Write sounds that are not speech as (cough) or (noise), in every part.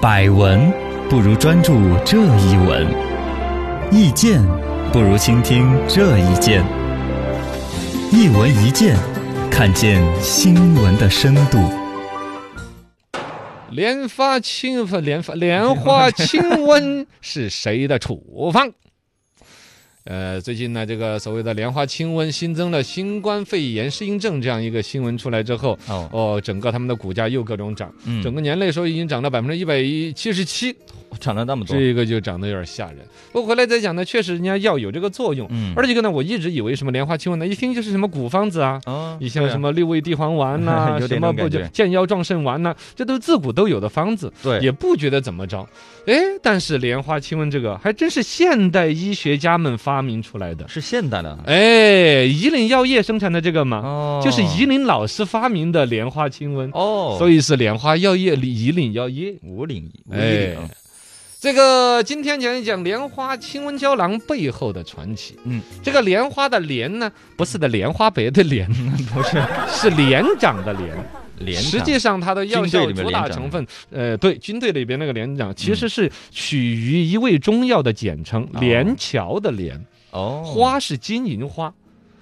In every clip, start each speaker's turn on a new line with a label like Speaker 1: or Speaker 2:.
Speaker 1: 百闻不如专注这一闻，意见不如倾听这一见。一闻一见，看见新闻的深度。
Speaker 2: 连发清不连发莲花清瘟是谁的处方？ (laughs) 呃，最近呢，这个所谓的莲花清瘟新增了新冠肺炎适应症这样一个新闻出来之后，
Speaker 1: 哦，
Speaker 2: 哦，整个他们的股价又各种涨，
Speaker 1: 嗯
Speaker 2: 整个年内说已经涨到百分之一百七十七，
Speaker 1: 涨了那么多，
Speaker 2: 这个就涨得有点吓人。不过回来再讲呢，确实人家药有这个作用，
Speaker 1: 嗯，
Speaker 2: 而这个呢，我一直以为什么莲花清瘟呢，一听就是什么古方子啊，
Speaker 1: 啊，
Speaker 2: 你像什
Speaker 1: 么
Speaker 2: 么六味地黄丸呐、
Speaker 1: (laughs) 有
Speaker 2: 什
Speaker 1: 点
Speaker 2: 么
Speaker 1: 那种
Speaker 2: 不
Speaker 1: 感
Speaker 2: 就
Speaker 1: 觉
Speaker 2: 健腰壮肾丸呐、这都是自古都有的方子，
Speaker 1: 对
Speaker 2: 也不觉得怎么着。哎，但是莲花清瘟这个还真是现代医学家们发明出来的。
Speaker 1: 是现代的
Speaker 2: 哎，夷陵药业生产的这个嘛，
Speaker 1: 哦
Speaker 2: 就是夷陵老师发明的莲花清瘟，
Speaker 1: 哦，
Speaker 2: 所
Speaker 1: 以
Speaker 2: 以是莲花药业里夷陵药业。
Speaker 1: 五岭五
Speaker 2: 哎
Speaker 1: 岭啊，
Speaker 2: 这个今天讲一讲莲花清瘟胶囊背后的传奇。
Speaker 1: 嗯，
Speaker 2: 这个莲花的莲呢，不是的莲花别的
Speaker 1: (laughs)
Speaker 2: 莲，不是， (laughs) 是连长的连。
Speaker 1: 连
Speaker 2: 实
Speaker 1: 长
Speaker 2: 际上它的药
Speaker 1: 军队
Speaker 2: 效
Speaker 1: 里面
Speaker 2: 主
Speaker 1: 连
Speaker 2: 打
Speaker 1: 长嗯
Speaker 2: 成分，呃，对，军队里边那个连长其实是取于一味中药的简称，
Speaker 1: 哦
Speaker 2: 连桥的连，
Speaker 1: 哦
Speaker 2: 花是金银花，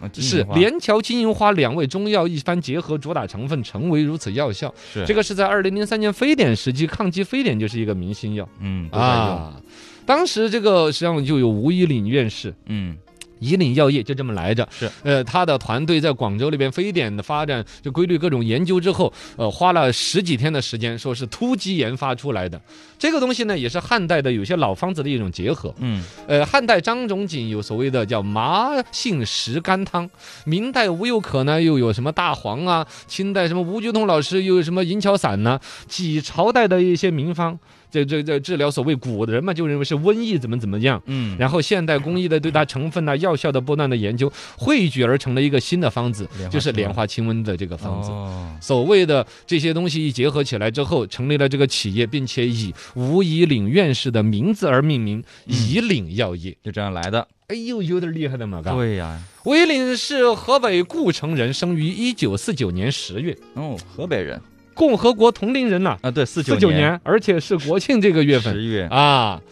Speaker 1: 啊金银
Speaker 2: 是
Speaker 1: 花
Speaker 2: 连桥金银花两味中药一番结合，主打成分成为如此药效。
Speaker 1: 是
Speaker 2: 这个是在二零零三年非典时期，抗击非典就是一个明星药
Speaker 1: 嗯都在用
Speaker 2: 啊。当时这个实际上就有吴以岭院士，
Speaker 1: 嗯
Speaker 2: 以岭药业就这么来着，
Speaker 1: 是
Speaker 2: 呃，他的团队在广州那边非典的发展就规律各种研究之后，呃，花了十几天的时间，说是突击研发出来的。这个东西呢，也是汉代的有些老方子的一种结合。
Speaker 1: 嗯
Speaker 2: 呃，汉代张仲景有所谓的叫麻杏石甘汤，明代吴又可呢又有什么大黄啊，清代什么吴鞠通老师又有什么银桥散呐、几朝代的一些名方，这这这治疗所谓古人嘛，就认为是瘟疫怎么怎么样。
Speaker 1: 嗯，
Speaker 2: 然后现代工艺的对它成分呐、药效的不断的研究，汇聚而成了一个新的方子
Speaker 1: 莲花清，瘟
Speaker 2: 就是莲花清瘟的这个方子。
Speaker 1: 哦
Speaker 2: 所谓的这些东西一结合起来之后，成立了这个企业，并且以吴以岭院士的名字而命名，
Speaker 1: 嗯
Speaker 2: 以岭药业。
Speaker 1: 就这样来的，
Speaker 2: 哎呦，有点厉害的嘛！嘎，
Speaker 1: 对呀，
Speaker 2: 吴以岭是河北固城人，生于一九四九年十月，
Speaker 1: 哦，河北人
Speaker 2: 共和国同龄人呐、
Speaker 1: 啊，对，四
Speaker 2: 四九年，而且是国庆这个月份。
Speaker 1: 十月，
Speaker 2: 啊。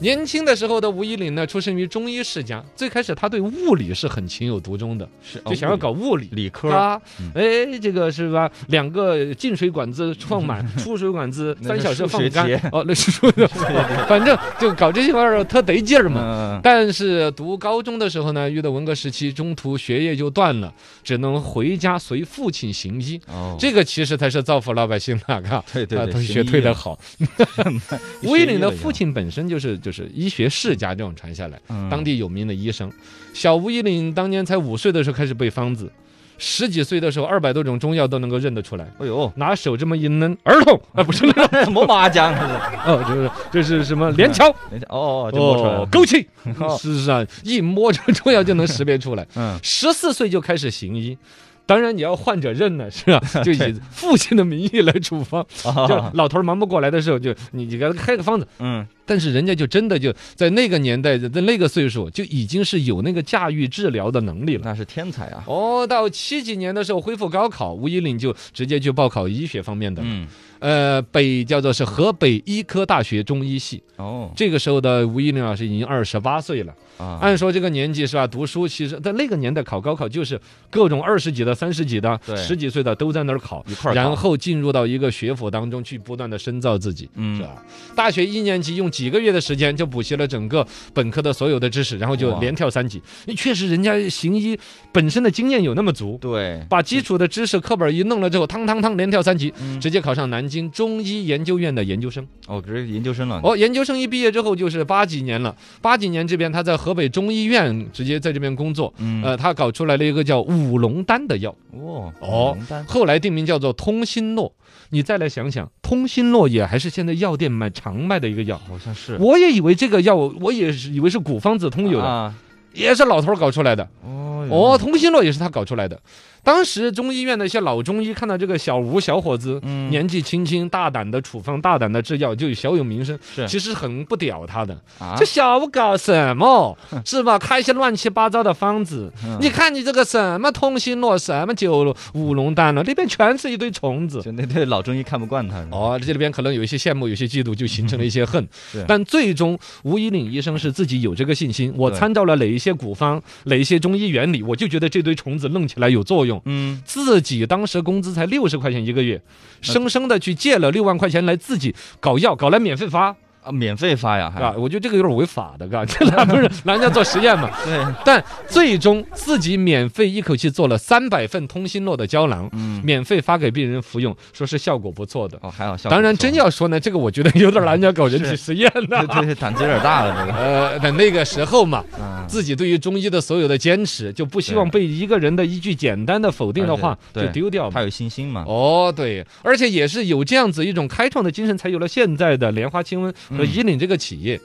Speaker 2: 年轻的时候的吴以岭呢，出生于中医世家。最开始他对物理是很情有独钟的，
Speaker 1: 是
Speaker 2: 就想要搞哦物理。
Speaker 1: 理科，
Speaker 2: 啊
Speaker 1: 嗯，
Speaker 2: 哎，这个是吧？两个进水管子放
Speaker 1: (laughs)
Speaker 2: 满，出水管子
Speaker 1: 那
Speaker 2: 三
Speaker 1: 是
Speaker 2: 小时
Speaker 1: 数
Speaker 2: 放
Speaker 1: 学
Speaker 2: 干
Speaker 1: 节。
Speaker 2: 哦，那是说
Speaker 1: (laughs)
Speaker 2: 的，反正就搞这些玩意儿特得劲儿嘛。
Speaker 1: 嗯，
Speaker 2: 但是读高中的时候呢，遇到文革时期，中途学业就断了，只能回家随父亲行医。
Speaker 1: 哦，
Speaker 2: 这个其实才是造福老百姓那个。
Speaker 1: 对对
Speaker 2: 啊，
Speaker 1: 对，
Speaker 2: 同
Speaker 1: 行
Speaker 2: 学
Speaker 1: (laughs) 医
Speaker 2: 退得
Speaker 1: 了，
Speaker 2: 好。
Speaker 1: 学
Speaker 2: 吴以岭
Speaker 1: 医
Speaker 2: 的
Speaker 1: 了以
Speaker 2: 父
Speaker 1: 后
Speaker 2: 亲本身就是就是医学世家这种传下来，
Speaker 1: 嗯
Speaker 2: 当地有名的医生。小吴以岭当年才五岁的时候开始背方子，十几岁的时候二百多种中药都能够认得出来。
Speaker 1: 哎 (laughs) 呦，
Speaker 2: 拿手这么一抡，儿童啊，不是 (laughs) 那个，
Speaker 1: 磨麻将，
Speaker 2: 哦，就是这是什
Speaker 1: (laughs)
Speaker 2: 么连翘，
Speaker 1: 人家哦，就摸出来
Speaker 2: 哦
Speaker 1: 了，，
Speaker 2: 枸杞，
Speaker 1: (laughs) 哦
Speaker 2: 是是啊，一摸这个中药就能识别出来。
Speaker 1: (laughs) 嗯，
Speaker 2: 十四岁就开始行医，当然也要患者认了，是吧？就
Speaker 1: (laughs)
Speaker 2: 以父亲的名义来处方，哦就
Speaker 1: 啊，
Speaker 2: 老头儿忙不过来的时候，就你你给他开个方子，
Speaker 1: 嗯，
Speaker 2: 但是人家就真的就在那个年代，在那个岁数就已经是有那个驾驭治疗的能力了。
Speaker 1: 那是天才啊，
Speaker 2: 哦，到七几年的时候恢复高考，吴以岭就直接去报考医学方面的，
Speaker 1: 嗯，
Speaker 2: 呃，北叫做是河北医科大学中医系。
Speaker 1: 哦，
Speaker 2: 这个时候的吴以岭老师已经二十八岁了，
Speaker 1: 啊，
Speaker 2: 按说这个年纪是吧，读书其实在那个年代考高考就是各种二十几的、三十几的、
Speaker 1: 对
Speaker 2: 十几岁的都在那儿考，
Speaker 1: 一块儿
Speaker 2: 然
Speaker 1: 搞，
Speaker 2: 后进入到一个学府当中去不断的深造自己。是
Speaker 1: 嗯，
Speaker 2: 吧？大学一年级用几个月的时间就补习了整个本科的所有的知识，然后就
Speaker 1: 哇
Speaker 2: 连跳三级。确实，人家行医本身的经验有那么足，
Speaker 1: 对，
Speaker 2: 把基础的知识课本一弄了之后，汤汤汤连跳三级。
Speaker 1: 嗯，
Speaker 2: 直接考上南京中医研究院的研究生
Speaker 1: 哦，直接研究生了，
Speaker 2: 哦，研究生一毕业之后就是八几年了，八几年这边他在河北中医院直接在这边工作，
Speaker 1: 嗯，
Speaker 2: 呃，他搞出来了一个叫五龙丹的药，
Speaker 1: 哦，
Speaker 2: 哦
Speaker 1: 名单，
Speaker 2: 后来定名叫做通心诺。你再来想想，通心诺也还是现在药店买常卖的一个药，
Speaker 1: 好像是
Speaker 2: 我也以为这个药，我也是以为是古方子通有的，
Speaker 1: 啊，
Speaker 2: 也是老头儿搞出来的。
Speaker 1: 哦哟
Speaker 2: 哦，，同心络也是他搞出来的。当时中医院的一些老中医看到这个小吴小伙子，
Speaker 1: 嗯
Speaker 2: 年纪轻轻，大胆的处方，大胆的制药，就小有名声，
Speaker 1: 是
Speaker 2: 其实很不屌他的。
Speaker 1: 啊嗯
Speaker 2: 这，小吴搞什么？是吧？开一些乱七八糟的方子。你看你这个什么通心络，什么九五龙丹了，里边全是一堆虫子。
Speaker 1: 就那对老中医看不惯他，是吧
Speaker 2: 哦，这里边可能有一些羡慕，有些嫉妒，就形成了一些恨
Speaker 1: 是。
Speaker 2: 但最终，吴以岭医生是自己有这个信心。我
Speaker 1: 对
Speaker 2: 参照了哪一些古方，哪一些中医原理，我就觉得这堆虫子弄起来有作用。
Speaker 1: 嗯，
Speaker 2: 自己当时工资才六十块钱一个月，生生的去借了六万块钱来自己搞药，搞来免费发，
Speaker 1: 啊，免费发呀，
Speaker 2: 是
Speaker 1: 还
Speaker 2: 吧？我觉得这个有点违法的，嘎，这 (laughs) 拿
Speaker 1: (laughs)
Speaker 2: 不是拿人家做实验嘛？
Speaker 1: 对，
Speaker 2: 但最终自己免费一口气做了三百份通心络的胶囊，
Speaker 1: 嗯，
Speaker 2: 免费发给病人服用，说是效果不错的。
Speaker 1: 哦，还好效果不错，
Speaker 2: 当然，真要说呢，这个我觉得有点拿人家搞人体
Speaker 1: 是
Speaker 2: 实验呢。
Speaker 1: 对对对，胆子有点大了，这个，
Speaker 2: 呃，等那个时候嘛，
Speaker 1: 嗯，
Speaker 2: 自己对于中医的所有的坚持，就不希望被一个人的一句简单的否定的话
Speaker 1: 而且
Speaker 2: 就
Speaker 1: 对
Speaker 2: 丢掉嘛
Speaker 1: 他。有信心嘛，
Speaker 2: 哦，对，而且也是有这样子一种开创的精神，才有了现在的莲花清瘟和
Speaker 1: 嗯
Speaker 2: 以岭这个企业。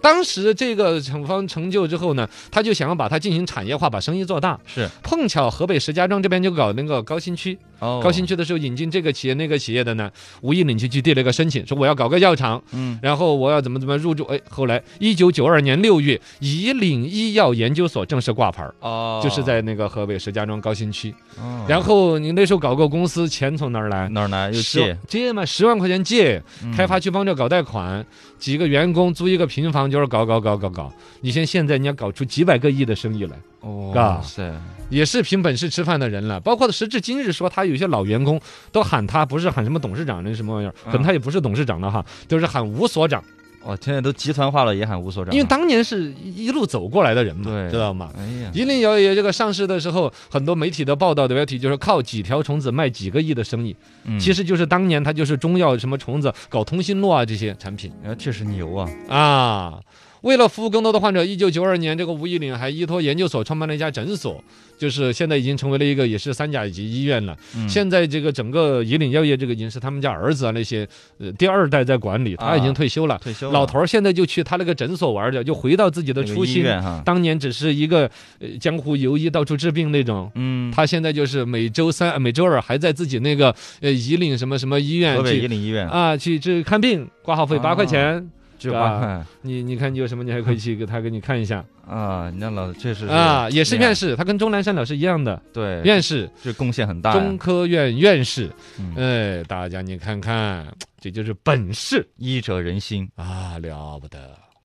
Speaker 2: 当时这个厂方成就之后呢，他就想要把它进行产业化，把生意做大。
Speaker 1: 是，
Speaker 2: 碰巧河北石家庄这边就搞那个高新区，
Speaker 1: 哦，
Speaker 2: 高新，区的时候引进这个企业那个企业的呢，无意领去去递了个申请，说我要搞个药厂，
Speaker 1: 嗯，
Speaker 2: 然后我要怎么怎么入驻。哎，后来一九九二年六月，以岭医药研究所正式挂牌儿，
Speaker 1: 哦，
Speaker 2: 就是，在那个河北石家庄高新区。
Speaker 1: 哦、
Speaker 2: 然后你那时候搞个公司，钱从哪儿来？
Speaker 1: 哪儿来又
Speaker 2: 十
Speaker 1: 借，
Speaker 2: 借嘛，十万块钱借，
Speaker 1: 嗯
Speaker 2: 开发区帮着搞贷款，几个员工租一个平房，就是搞搞搞搞搞。你像现在人家搞出几百个亿的生意来，
Speaker 1: 哦
Speaker 2: 嘎，
Speaker 1: 是，
Speaker 2: 也是凭本事吃饭的人了。包括时至今日说，他有些老员工都喊他不是喊什么董事长那什么玩意儿，
Speaker 1: 嗯
Speaker 2: 可能他也不是董事长了哈，就是喊吴所长，
Speaker 1: 哦，现在都集团化了，也喊吴所长，
Speaker 2: 因为，当年是一路走过来的人嘛，
Speaker 1: 对
Speaker 2: 知道吗？
Speaker 1: 啊哎呀，
Speaker 2: 一零摇也这个上市的时候，很多媒体的报道的标题就是靠几条虫子卖几个亿的生意，
Speaker 1: 嗯
Speaker 2: 其实就是当年他就是中药什么虫子搞通心络啊这些产品。
Speaker 1: 哎确实牛啊，
Speaker 2: 啊。为了服务更多的患者，一九九二年，这个吴以岭还依托研究所创办了一家诊所，就是现在已经成为了一个也是三甲级医院了。
Speaker 1: 嗯
Speaker 2: 现在这个整个以岭药业这个已经是他们家儿子啊那些呃第二代在管理，
Speaker 1: 啊
Speaker 2: 他已经退休了。
Speaker 1: 退休了
Speaker 2: 老头儿现在就去他那个诊所玩儿去，就回到自己的
Speaker 1: 那个
Speaker 2: 初
Speaker 1: 医
Speaker 2: 心。
Speaker 1: 院哈，
Speaker 2: 当年只是一个呃江湖游医到处治病那种。
Speaker 1: 嗯，
Speaker 2: 他现在就是每周三、呃每周二还在自己那个呃以岭什么什么医院
Speaker 1: 河北
Speaker 2: 去
Speaker 1: 伊岭医院
Speaker 2: 啊去治看病，挂号费八块
Speaker 1: 啊
Speaker 2: 钱，
Speaker 1: 只有八块
Speaker 2: 你你看你有什么，你还可以去给他给你看一下
Speaker 1: 啊，你那老确实
Speaker 2: 啊，也是
Speaker 1: 厉害
Speaker 2: 院士，他跟钟南山老师一样的
Speaker 1: 对，
Speaker 2: 院士，
Speaker 1: 这贡献很大呀，
Speaker 2: 中科院院士
Speaker 1: 嗯。
Speaker 2: 哎，大家你看看，这就是本事
Speaker 1: 医者仁心，
Speaker 2: 啊，了不得。